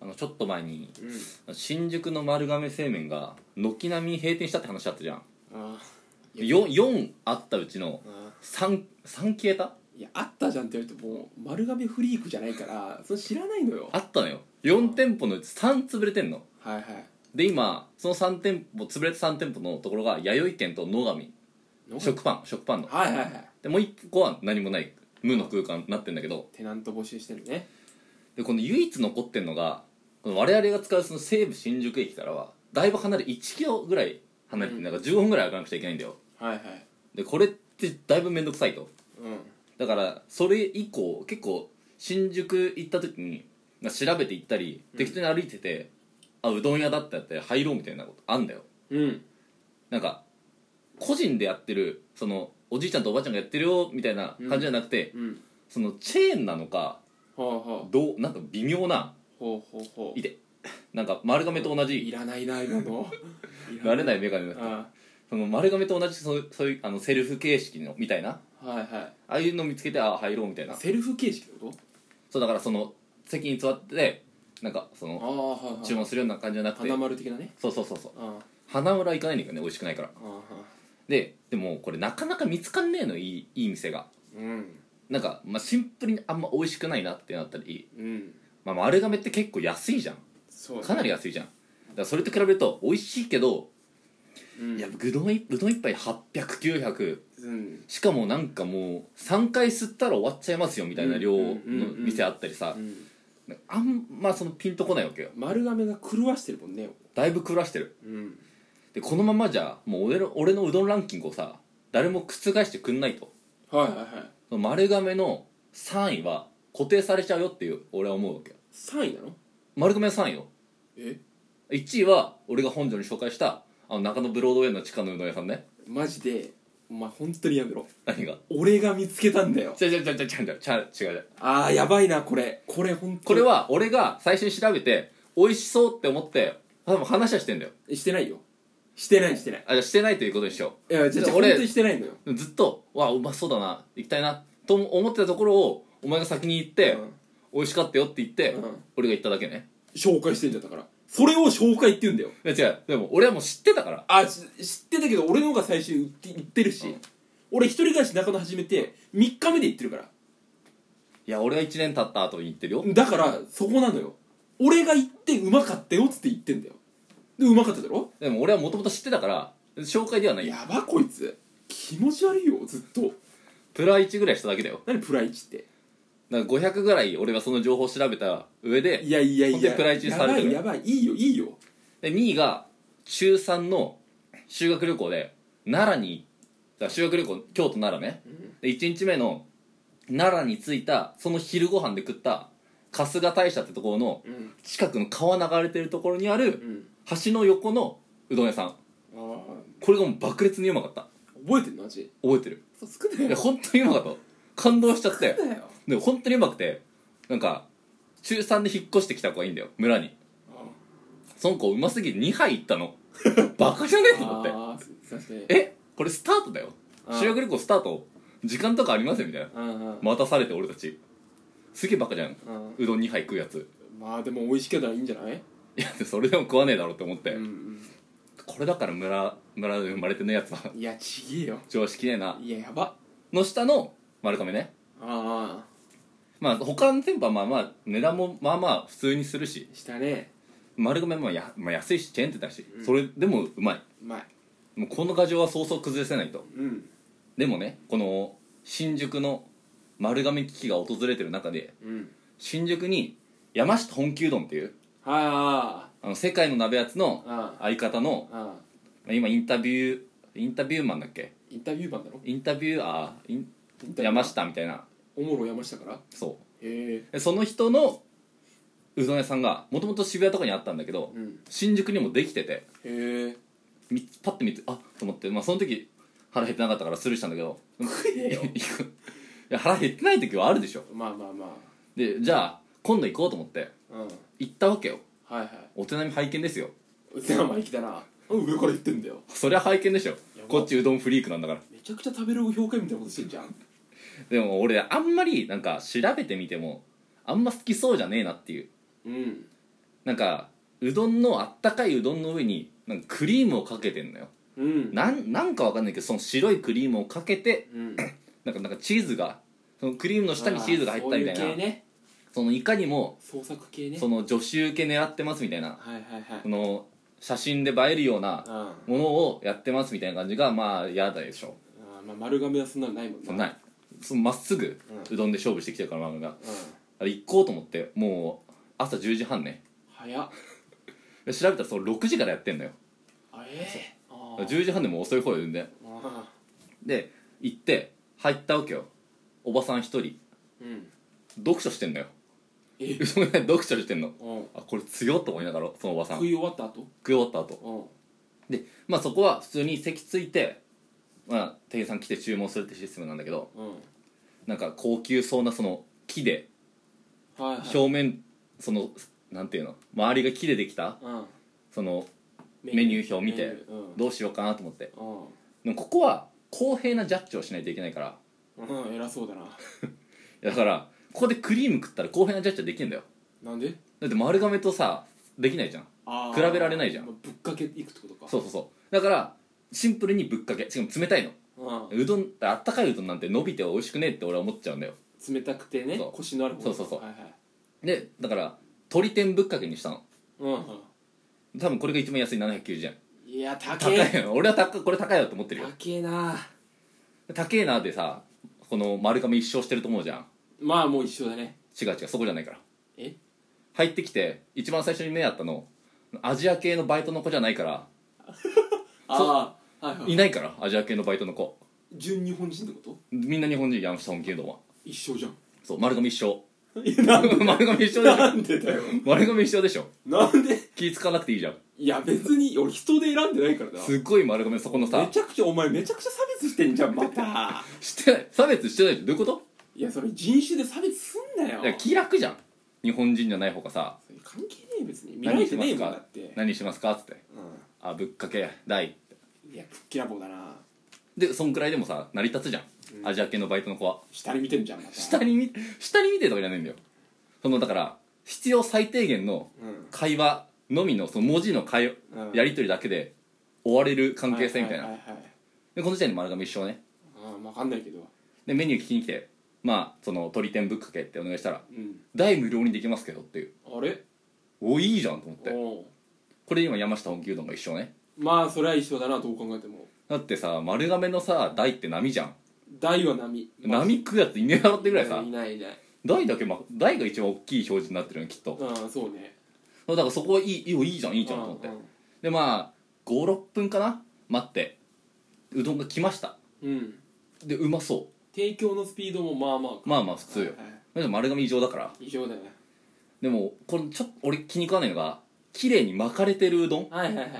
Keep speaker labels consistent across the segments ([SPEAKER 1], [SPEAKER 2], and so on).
[SPEAKER 1] あのちょっと前に
[SPEAKER 2] うん
[SPEAKER 1] 新宿の丸亀製麺が軒並み閉店したって話あったじゃん
[SPEAKER 2] あいや
[SPEAKER 1] 4, 4あったうちの
[SPEAKER 2] あ
[SPEAKER 1] 3, 3消えた
[SPEAKER 2] いやあったじゃんって言われてもう丸亀フリークじゃないからそれ知らないのよ
[SPEAKER 1] あったのよ4店舗のうち3潰れてんの
[SPEAKER 2] はいはい
[SPEAKER 1] で今その3店舗潰れた3店舗のところが弥生県と野上
[SPEAKER 2] の
[SPEAKER 1] 食パン食パンの
[SPEAKER 2] はいはいはい
[SPEAKER 1] でもう1個は何もない無の空間になってんだけど
[SPEAKER 2] テナント募集してるね
[SPEAKER 1] でこの唯一残ってんのがこの我々が使うその西武新宿駅からはだいぶ離れ1キロぐらい離れて
[SPEAKER 2] うん
[SPEAKER 1] なんか15分ぐらい歩かなくちゃいけないんだよ
[SPEAKER 2] はいはい
[SPEAKER 1] でこれってだいぶ面倒くさいと
[SPEAKER 2] うん
[SPEAKER 1] だからそれ以降結構新宿行った時にまあ調べて行ったり
[SPEAKER 2] ん
[SPEAKER 1] 適当に歩いてて、あうどん屋だってなって入ろうみたいなことあんだよ
[SPEAKER 2] うん
[SPEAKER 1] なんか個人でやってるそのおじいちゃんとおばあちゃんがやってるよみたいな感じじゃなくて、
[SPEAKER 2] うん
[SPEAKER 1] そのチェーンなのか
[SPEAKER 2] ほうほう
[SPEAKER 1] どうなんか微妙な
[SPEAKER 2] ほうほうほう
[SPEAKER 1] いてなんか丸亀と同
[SPEAKER 2] い
[SPEAKER 1] じ
[SPEAKER 2] らないな今 の
[SPEAKER 1] 慣れないいメガネだった
[SPEAKER 2] あ
[SPEAKER 1] その丸亀と同じそうそういうあのセルフ形式のみたいな
[SPEAKER 2] はいはい
[SPEAKER 1] ああいうの見つけてああ入ろうみたいな
[SPEAKER 2] セルフ形式ってこ
[SPEAKER 1] そうだからその席に座ってなんかそ
[SPEAKER 2] と
[SPEAKER 1] の
[SPEAKER 2] ああはい
[SPEAKER 1] 注
[SPEAKER 2] はい
[SPEAKER 1] 文するような感じじゃなくて
[SPEAKER 2] 花丸的なね
[SPEAKER 1] そうそうそうそう
[SPEAKER 2] あ
[SPEAKER 1] 花村行かないんだけどね美味しくないから
[SPEAKER 2] ああ
[SPEAKER 1] ででもこれなかなか見つかんねえのいいいい店が
[SPEAKER 2] うん
[SPEAKER 1] なんか、まあ、シンプルにあんま美味しくないなってなったり、
[SPEAKER 2] うん
[SPEAKER 1] まあ、丸亀って結構安いじゃん
[SPEAKER 2] そう
[SPEAKER 1] かなり安いじゃんだからそれと比べると美味しいけど、
[SPEAKER 2] うん
[SPEAKER 1] いやうどんいうどん一杯800900
[SPEAKER 2] うん
[SPEAKER 1] しかもなんかもう3回吸ったら終わっちゃいますよみたいな量
[SPEAKER 2] う
[SPEAKER 1] の
[SPEAKER 2] んうんうんうん
[SPEAKER 1] 店あったりさ
[SPEAKER 2] うん
[SPEAKER 1] なんかあんまそのピンとこないわけよ
[SPEAKER 2] 丸亀が狂わしてるもんね
[SPEAKER 1] だいぶ狂わしてる
[SPEAKER 2] うん
[SPEAKER 1] でこのままじゃもう俺の俺のうどんランキングをさ誰も覆してくんないと
[SPEAKER 2] はいはいはい
[SPEAKER 1] その丸亀の3位は固定されちゃうよっていう俺は思うわけよ
[SPEAKER 2] 3位なの
[SPEAKER 1] 丸亀は3位よ
[SPEAKER 2] え
[SPEAKER 1] 1位は俺が本庄に紹介したあの中野ブロードウェイの地下のうどん屋さんね
[SPEAKER 2] マジでお前本当にやめろ
[SPEAKER 1] 何が
[SPEAKER 2] 俺が見つけたんだよ
[SPEAKER 1] 違う違う違う違う違う違う違う違う
[SPEAKER 2] ああやばいなこれこれ本当に
[SPEAKER 1] これは俺が最初に調べて美味しそうって思って多分話はしてんだよ
[SPEAKER 2] えしてないよしてないしてない
[SPEAKER 1] あじゃあしてないということにしよ
[SPEAKER 2] いやじゃ
[SPEAKER 1] じ
[SPEAKER 2] あじ
[SPEAKER 1] ゃ
[SPEAKER 2] ゃ
[SPEAKER 1] あ
[SPEAKER 2] あ
[SPEAKER 1] 俺
[SPEAKER 2] 本当にしてないのよ
[SPEAKER 1] うずっとわあうまそうだな行きたいなと思ってたところをお前が先に行って、
[SPEAKER 2] うん
[SPEAKER 1] 美味しかったよって言って、
[SPEAKER 2] うん
[SPEAKER 1] 俺が行っただけね
[SPEAKER 2] 紹介してんじゃんだからそれを紹介って言うんだよ
[SPEAKER 1] いや違うでも俺はもう知ってたから
[SPEAKER 2] あし知ってたけど俺の方が最初に言って言ってるし、
[SPEAKER 1] うん
[SPEAKER 2] 俺一人暮らし中野始めて3日目で言ってるから
[SPEAKER 1] いや俺は1年経った後に行ってるよ
[SPEAKER 2] だからそこなのよ俺が行ってうまかったよっつって言ってんだよでうまかっただろ
[SPEAKER 1] でも俺はもともと知ってたから紹介ではないよ
[SPEAKER 2] やばこいつ気持ち悪いよずっと
[SPEAKER 1] プラ1ぐらいしただけだよ
[SPEAKER 2] 何プライチって
[SPEAKER 1] だから500ぐらい俺はその情報を調べた上で
[SPEAKER 2] いやいや
[SPEAKER 1] ほん
[SPEAKER 2] い
[SPEAKER 1] で
[SPEAKER 2] や
[SPEAKER 1] プライチにされてる
[SPEAKER 2] やばいやばいいいよいいよ
[SPEAKER 1] で2位が中3の修学旅行で奈良にだから修学旅行京都奈良ね、で1日目の奈良に着いたその昼ご飯で食った春日大社ってところの
[SPEAKER 2] うん
[SPEAKER 1] 近くの川流れてるところにあ
[SPEAKER 2] う
[SPEAKER 1] る
[SPEAKER 2] ん
[SPEAKER 1] 橋の横のうどん屋さん
[SPEAKER 2] あ
[SPEAKER 1] これがもう爆裂にうまかった
[SPEAKER 2] 覚えてんの味
[SPEAKER 1] 覚えてる
[SPEAKER 2] そう作
[SPEAKER 1] い
[SPEAKER 2] ん
[SPEAKER 1] や
[SPEAKER 2] よ
[SPEAKER 1] 本当にうまかった感動しちゃって
[SPEAKER 2] 作んなよ
[SPEAKER 1] でも本当にうまくてなんか中3で引っ越してきた子がいいんだよ村にその子うますぎて2杯行ったの バカじゃねえと思って
[SPEAKER 2] ああす確かに
[SPEAKER 1] えこれスタートだよ
[SPEAKER 2] あー
[SPEAKER 1] 修学旅行スタート時間とかありますよみたいな
[SPEAKER 2] うんうん
[SPEAKER 1] 待たされて俺たちすげえバカじゃん
[SPEAKER 2] うん
[SPEAKER 1] うどん2杯食うやつ
[SPEAKER 2] まあでも美味しけたらいいんじゃない
[SPEAKER 1] いやそれでも食わねえだろって思って、
[SPEAKER 2] うん
[SPEAKER 1] これだから村村で生まれてねえやつは
[SPEAKER 2] うんいやちげえよ
[SPEAKER 1] 常識ねえない
[SPEAKER 2] ややば
[SPEAKER 1] の下の丸亀ね
[SPEAKER 2] あ
[SPEAKER 1] まあ他の店舗はまあまあ値段もまあまあ普通にするし
[SPEAKER 2] あしたね
[SPEAKER 1] 丸亀もや、まあ、安いしチェーン店だし、それでもうまいう
[SPEAKER 2] まい
[SPEAKER 1] もうこの牙城はそうそう崩せないと
[SPEAKER 2] うん
[SPEAKER 1] でもねこの新宿の丸亀危機が訪れてる中で
[SPEAKER 2] うん
[SPEAKER 1] 新宿に山下本気うどんっていう
[SPEAKER 2] はいあ
[SPEAKER 1] あの世界の鍋やつの
[SPEAKER 2] ああ
[SPEAKER 1] 相方の
[SPEAKER 2] ああ
[SPEAKER 1] まあ今インタビューインタビューマンだっけ
[SPEAKER 2] インタビュー版だろ
[SPEAKER 1] インタビューアーイン
[SPEAKER 2] インタビュー
[SPEAKER 1] 山下みたいな
[SPEAKER 2] おもろ山下から
[SPEAKER 1] そ
[SPEAKER 2] へえ
[SPEAKER 1] うでその人のうどん屋さんがもともと渋谷とかにあったんだけど、
[SPEAKER 2] うん
[SPEAKER 1] 新宿にもできてて
[SPEAKER 2] へえ
[SPEAKER 1] みパッて見てあと思って、まあ、その時腹減ってなかったからスルーしたんだけどいやいや腹減ってない時はあるでしょ
[SPEAKER 2] まあまあま
[SPEAKER 1] でじゃあ今度行こうと思って
[SPEAKER 2] あうん
[SPEAKER 1] 行ったわけよ
[SPEAKER 2] はいはい
[SPEAKER 1] お手並み拝見ですよ
[SPEAKER 2] うつな生意気だなうん上から言ってんだよ
[SPEAKER 1] そりゃ拝見でしょ
[SPEAKER 2] やば
[SPEAKER 1] こっちうどんフリークなんだから
[SPEAKER 2] めちゃくちゃ食べログ評価みたいなことしてんじゃん
[SPEAKER 1] でも俺あんまりなんか調べてみてもあんま好きそうじゃねえなっていう
[SPEAKER 2] うん
[SPEAKER 1] なんかうどんのあったかいうどんの上になんかクリームをかけてんのよ
[SPEAKER 2] うん
[SPEAKER 1] なんなんかわかんないけどその白いクリームをかけて
[SPEAKER 2] うん
[SPEAKER 1] なんかなんかチーズがそのクリームの下にチーズが入ったみたいな
[SPEAKER 2] あーそういう系ね
[SPEAKER 1] そのいかにも
[SPEAKER 2] 創作系ね
[SPEAKER 1] その女子受け狙ってますみたいな
[SPEAKER 2] はいはいはい
[SPEAKER 1] その写真で映えるような
[SPEAKER 2] あー
[SPEAKER 1] ものをやってますみたいな感じがまあ嫌だでしょ
[SPEAKER 2] あーまあ丸亀はそんなのないもん
[SPEAKER 1] そんないそのまっすぐ
[SPEAKER 2] うん
[SPEAKER 1] うどんで勝負してきてるから漫画が
[SPEAKER 2] うん
[SPEAKER 1] あれ行こうと思ってもう朝10時半ね
[SPEAKER 2] 早っ
[SPEAKER 1] で調べたらその6時からやってんのよ
[SPEAKER 2] あえーあー
[SPEAKER 1] 10時半でもう遅い方よ全然
[SPEAKER 2] あ
[SPEAKER 1] で行って入ったわけよおばさん一人
[SPEAKER 2] ーうん
[SPEAKER 1] 読書してんのよ
[SPEAKER 2] え
[SPEAKER 1] うどん屋で読書してんの
[SPEAKER 2] うん
[SPEAKER 1] あこれ強っと思いながらそのおばさん
[SPEAKER 2] 食
[SPEAKER 1] 食い
[SPEAKER 2] い終わった後
[SPEAKER 1] 終わった後
[SPEAKER 2] うん
[SPEAKER 1] でまあそこは普通に席ついて、まあ、店員さん来て注文するってシステムなんだけど
[SPEAKER 2] うん
[SPEAKER 1] なんか高級そうなその木で
[SPEAKER 2] はいはい
[SPEAKER 1] 表面そのなんていうの周りが木でできた
[SPEAKER 2] うん
[SPEAKER 1] その
[SPEAKER 2] メ
[SPEAKER 1] メニュー表を見て
[SPEAKER 2] メニューうん
[SPEAKER 1] どうしようかなと思ってで
[SPEAKER 2] うん
[SPEAKER 1] もここは公平なジャッジをしないといけないから
[SPEAKER 2] うん、偉そうだな。
[SPEAKER 1] いやだからここでクリーム食ったら公平なジャッジはできるんだよ
[SPEAKER 2] なんで
[SPEAKER 1] だって丸亀とさできないじゃん
[SPEAKER 2] あ
[SPEAKER 1] 比べられないじゃん
[SPEAKER 2] まあぶっかけいくってことか。
[SPEAKER 1] そうそうそうだからシンプルにぶっかけしかも冷たいの
[SPEAKER 2] う
[SPEAKER 1] うどんあったかいうどんなんて伸びて美味しくねえって俺は思っちゃうんだよ
[SPEAKER 2] ん。冷たくてね
[SPEAKER 1] そう、
[SPEAKER 2] コシのある方
[SPEAKER 1] そうそうそう
[SPEAKER 2] はいはい。
[SPEAKER 1] でだから鶏天ぶっかけにしたの
[SPEAKER 2] うん
[SPEAKER 1] 多分これが一番安い790円
[SPEAKER 2] うん。いや、高
[SPEAKER 1] 高
[SPEAKER 2] え。
[SPEAKER 1] いよ俺は高いこれ高いよと思ってるよ
[SPEAKER 2] 高えな。
[SPEAKER 1] 高えなでさこの丸亀一生してると思うじゃん
[SPEAKER 2] まあ、もう一緒だね。
[SPEAKER 1] 違う違うそこじゃないから
[SPEAKER 2] え
[SPEAKER 1] 入ってきて一番最初に目あったのアジア系のバイトの子じゃないから
[SPEAKER 2] ああ、はいはい
[SPEAKER 1] い。ないからアジア系のバイトの子
[SPEAKER 2] 純日本人ってこと
[SPEAKER 1] みんな日本人やんした本気うどんは
[SPEAKER 2] 一緒じゃん。
[SPEAKER 1] そう丸亀一生
[SPEAKER 2] いや、なん
[SPEAKER 1] 丸亀一生でし
[SPEAKER 2] な
[SPEAKER 1] ょ
[SPEAKER 2] んでだよ。
[SPEAKER 1] 丸亀一生でしょ
[SPEAKER 2] なんで
[SPEAKER 1] 気使わなくていいじゃん
[SPEAKER 2] いや、別に俺人で選んでないからな。
[SPEAKER 1] すっごい丸亀そこの
[SPEAKER 2] め
[SPEAKER 1] さ
[SPEAKER 2] ちゃくちゃ、お前めちゃくちゃ差別してんじゃん、また。
[SPEAKER 1] してない差別してないってどういうこと
[SPEAKER 2] いや、それ人種で差別すんなよ
[SPEAKER 1] い。や気楽じゃん日本人じゃない方がさ
[SPEAKER 2] それ関係ねえ別に見られてねえもんだって
[SPEAKER 1] 何しますかっつって
[SPEAKER 2] う
[SPEAKER 1] あぶっかけ大
[SPEAKER 2] んいやぶっきらぼうだな
[SPEAKER 1] でそんくらいでもさ成り立つじゃん、アジア系のバイトの子は
[SPEAKER 2] 下に見てんじゃんまた
[SPEAKER 1] 下に見下に見てとかじゃないんだよそのだから必要最低限の
[SPEAKER 2] うん
[SPEAKER 1] 会話のみのその文字の会話、
[SPEAKER 2] うん
[SPEAKER 1] やり取りだけで終われる関係性みたいな、
[SPEAKER 2] はいはいはい
[SPEAKER 1] でこの時点で丸亀一生ね
[SPEAKER 2] はいうん分かんないけど
[SPEAKER 1] でメニュー聞きに来てまあその鶏天ぶっかけってお願いしたら
[SPEAKER 2] うん
[SPEAKER 1] 大無料にできますけどっていう
[SPEAKER 2] あれ
[SPEAKER 1] おいいじゃんと思って
[SPEAKER 2] おう
[SPEAKER 1] これ今山下本気うどんが一緒ね
[SPEAKER 2] まあそれは一緒だなどう考えても
[SPEAKER 1] だってさ丸亀のさ大って波じゃん
[SPEAKER 2] 大は波
[SPEAKER 1] 波食うやついねえだろってぐらいさ
[SPEAKER 2] いないいない
[SPEAKER 1] 大だけ、ま、大が一番大きい表示になってるのきっと
[SPEAKER 2] うんそうね
[SPEAKER 1] だからそこはいいいいよいいじゃんい
[SPEAKER 2] い
[SPEAKER 1] いじゃんと思ってでまあ56分かな待ってうどんが来ました
[SPEAKER 2] うん
[SPEAKER 1] でうまそ
[SPEAKER 2] 提供のスピードもまあまあ
[SPEAKER 1] うまあまあ普通よ
[SPEAKER 2] はいはい
[SPEAKER 1] でも丸亀異常だから
[SPEAKER 2] 異常だよね
[SPEAKER 1] でもこれちょっと俺気に食わないのが綺麗に巻かれてるうどん
[SPEAKER 2] はいはいはい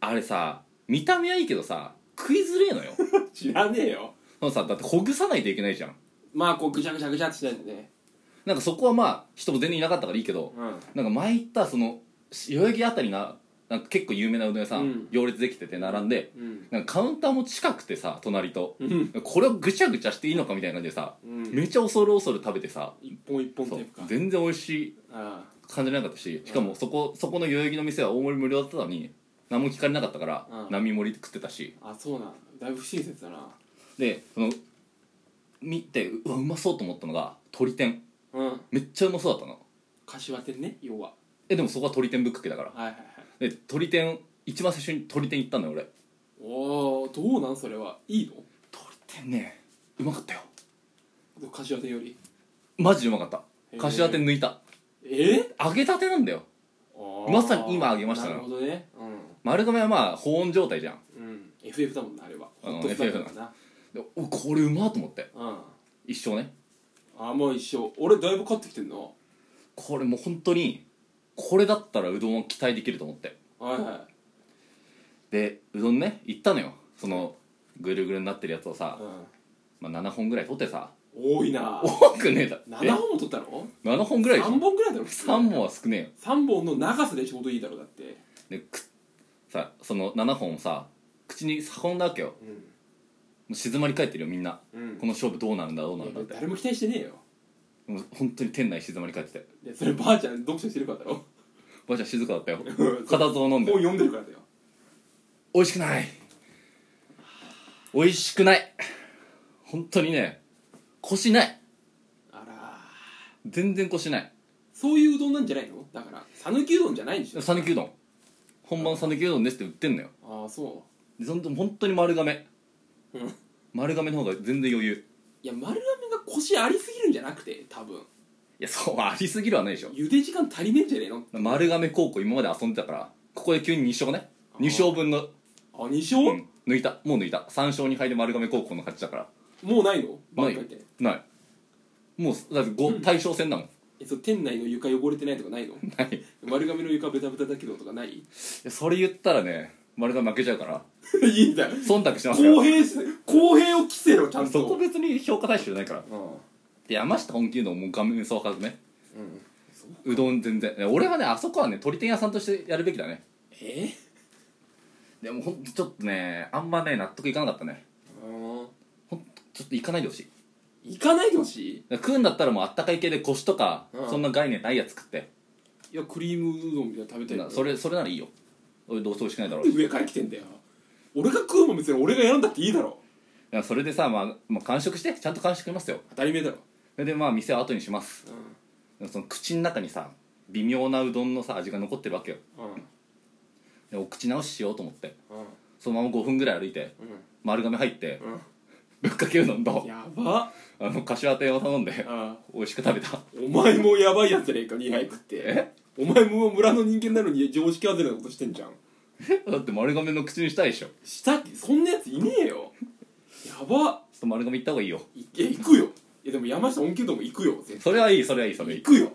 [SPEAKER 1] あれさ見た目はいいけどさ食いづれえのよ
[SPEAKER 2] 知らねえよ
[SPEAKER 1] そのさだってほぐさないといけないじゃん
[SPEAKER 2] まあこうぐちゃぐちゃぐちゃってしないんでね
[SPEAKER 1] なんかそこはまあ人も全然いなかったからいいけど
[SPEAKER 2] うん
[SPEAKER 1] なんか前行ったその代々木あたりななんか結構有名なうどん屋さん、
[SPEAKER 2] うん
[SPEAKER 1] 行列できてて並んで
[SPEAKER 2] うん
[SPEAKER 1] なんかカウンターも近くてさ隣と
[SPEAKER 2] うん
[SPEAKER 1] これをぐちゃぐちゃしていいのかみたいな感じでさ、
[SPEAKER 2] うん
[SPEAKER 1] めちゃ恐る恐る食べてさ
[SPEAKER 2] 一本一本
[SPEAKER 1] そ
[SPEAKER 2] テ
[SPEAKER 1] う
[SPEAKER 2] ープか
[SPEAKER 1] 全然美味しい
[SPEAKER 2] あ
[SPEAKER 1] 感じなかったししかもそこそこの代々木の店は大盛り無料だったのに何も聞かれなかったから、
[SPEAKER 2] うん
[SPEAKER 1] 並盛り食ってたし
[SPEAKER 2] ああそうなんだいぶ不親切だな
[SPEAKER 1] でその見てうわうまそうと思ったのが鶏天
[SPEAKER 2] うん
[SPEAKER 1] めっちゃうまそうだったの
[SPEAKER 2] 柏店ね要は
[SPEAKER 1] えでもそこは鶏天ぶっかけだから
[SPEAKER 2] はいはいはい
[SPEAKER 1] で鶏天一番最初に鶏天行ったんだよ俺
[SPEAKER 2] おおどうなんそれはいい
[SPEAKER 1] 鶏天ねうまかったよ
[SPEAKER 2] の柏店より
[SPEAKER 1] マジでうまかった
[SPEAKER 2] へー
[SPEAKER 1] 柏天抜いた
[SPEAKER 2] え
[SPEAKER 1] 揚げたてなんだよ
[SPEAKER 2] ー
[SPEAKER 1] まさに今揚げました
[SPEAKER 2] な
[SPEAKER 1] よ
[SPEAKER 2] るほどね
[SPEAKER 1] 丸亀はまあ保温状態じゃん
[SPEAKER 2] うん、うん、FF だもんなあれは
[SPEAKER 1] うん
[SPEAKER 2] ホットスナックだもんな
[SPEAKER 1] でおこれうまっと思って
[SPEAKER 2] うんあ
[SPEAKER 1] 一生ね
[SPEAKER 2] ーもう一緒俺だいぶ買ってきてんの
[SPEAKER 1] これもう本当にこれだったらうどんを期待できると思って
[SPEAKER 2] はいは
[SPEAKER 1] でうどんね行ったのよそのぐるぐるになってるやつをさ
[SPEAKER 2] い、、うん、
[SPEAKER 1] まあ、7本ぐらい取ってさ
[SPEAKER 2] 多いな
[SPEAKER 1] 多くねえだ
[SPEAKER 2] 7本も取ったの
[SPEAKER 1] え7本ぐらいでしょ
[SPEAKER 2] 3本ぐらいだろ
[SPEAKER 1] 3本は少ねえよ
[SPEAKER 2] 3本の長さでちょうどいいだろだって
[SPEAKER 1] でくさその7本をさ口に運んだわけよも
[SPEAKER 2] うん
[SPEAKER 1] う静まり返ってるよみんな
[SPEAKER 2] うん
[SPEAKER 1] この勝負どうなるんだどうなるんだっ
[SPEAKER 2] い
[SPEAKER 1] て
[SPEAKER 2] や誰も期待してねえよ
[SPEAKER 1] もう本当に店内静まり返ってて
[SPEAKER 2] でそればあちゃん読書してるからだろ
[SPEAKER 1] ばあちゃん静かだったよ
[SPEAKER 2] そう
[SPEAKER 1] 固唾を飲んで
[SPEAKER 2] 本読んでるからだよ
[SPEAKER 1] 美味しくない美味しくない本当にね腰ない
[SPEAKER 2] あら
[SPEAKER 1] 全然腰ない
[SPEAKER 2] そういううどんなんじゃないのだから讃岐うどんじゃないんでしょ
[SPEAKER 1] 讃岐うどん本場の讃岐うどんですって売ってんのよ
[SPEAKER 2] ああそ
[SPEAKER 1] でそんと本当に丸亀
[SPEAKER 2] ううん
[SPEAKER 1] 丸亀の方が全然余裕
[SPEAKER 2] いや丸亀が腰ありすぎるんじゃなくて多分
[SPEAKER 1] いやそうありすぎるはないでしょ
[SPEAKER 2] 茹で時間足りねえんじゃねえの
[SPEAKER 1] 丸亀高校今まで遊んでたからここで急に2勝ね
[SPEAKER 2] あ
[SPEAKER 1] 2
[SPEAKER 2] ー
[SPEAKER 1] 勝分の、
[SPEAKER 2] あ2勝、
[SPEAKER 1] うん、抜いたもう抜いた3勝2敗で丸亀高校の勝ちだから
[SPEAKER 2] もうないの
[SPEAKER 1] ない
[SPEAKER 2] ばっかりで
[SPEAKER 1] ないもうだってご対象戦だもん
[SPEAKER 2] えそう店内の床汚れてないとかないの
[SPEAKER 1] ないい
[SPEAKER 2] 丸亀の床ベタベタだけどとかない い
[SPEAKER 1] やそれ言ったらね丸亀負けちゃうから
[SPEAKER 2] いんだよ
[SPEAKER 1] 忖度してますから
[SPEAKER 2] 公平し公平を着せろちゃんと
[SPEAKER 1] そこ別に評価対象じゃないから
[SPEAKER 2] うん
[SPEAKER 1] で山下本気のもう画面総はずね
[SPEAKER 2] うん
[SPEAKER 1] うどん全然いや俺はねあそこはね鳥天屋さんとしてやるべきだね
[SPEAKER 2] え
[SPEAKER 1] でもほんとちょっとねあんまね納得いかなかったね
[SPEAKER 2] うん
[SPEAKER 1] ほんとちょっと行かないでほしいだか
[SPEAKER 2] 行かないでほしい
[SPEAKER 1] ら食うんだったらもうあったかい系で腰とか、
[SPEAKER 2] うん
[SPEAKER 1] そんな概念ないやつ食って
[SPEAKER 2] いやクリームうどんみたいなの食べたい
[SPEAKER 1] なそれそれならいいよ俺どうせ美味しくないだろう
[SPEAKER 2] なん
[SPEAKER 1] し
[SPEAKER 2] で上から来てんだよ俺が食うもん別に俺が選んだっていいだろ
[SPEAKER 1] だからそれでさ、まあ、まあ完食してちゃんと完食しますよ
[SPEAKER 2] 当たり前だろ
[SPEAKER 1] それでまあ店は後にします
[SPEAKER 2] う
[SPEAKER 1] その口の中にさ微妙なうどんのさ味が残ってるわけよ
[SPEAKER 2] んうん
[SPEAKER 1] でお口直ししようと思って
[SPEAKER 2] うん
[SPEAKER 1] そのまま5分ぐらい歩いて丸亀入って
[SPEAKER 2] うん
[SPEAKER 1] ぶっかけうどんと
[SPEAKER 2] やば
[SPEAKER 1] あの柏亭を頼んで
[SPEAKER 2] あ
[SPEAKER 1] 美味しく食べた
[SPEAKER 2] お前もやばいやつじゃねえか2杯食ってお前も村の人間なのに常識外れなことしてんじゃん
[SPEAKER 1] だって丸亀の口にしたいでしょちょ
[SPEAKER 2] したっけそんなやついねえよやば
[SPEAKER 1] っと丸亀行った方がいいよ
[SPEAKER 2] いいや行くよいやでも山下恩恵堂も行くよ絶対
[SPEAKER 1] それはいいそれはいいそれはい
[SPEAKER 2] 行
[SPEAKER 1] い
[SPEAKER 2] くよ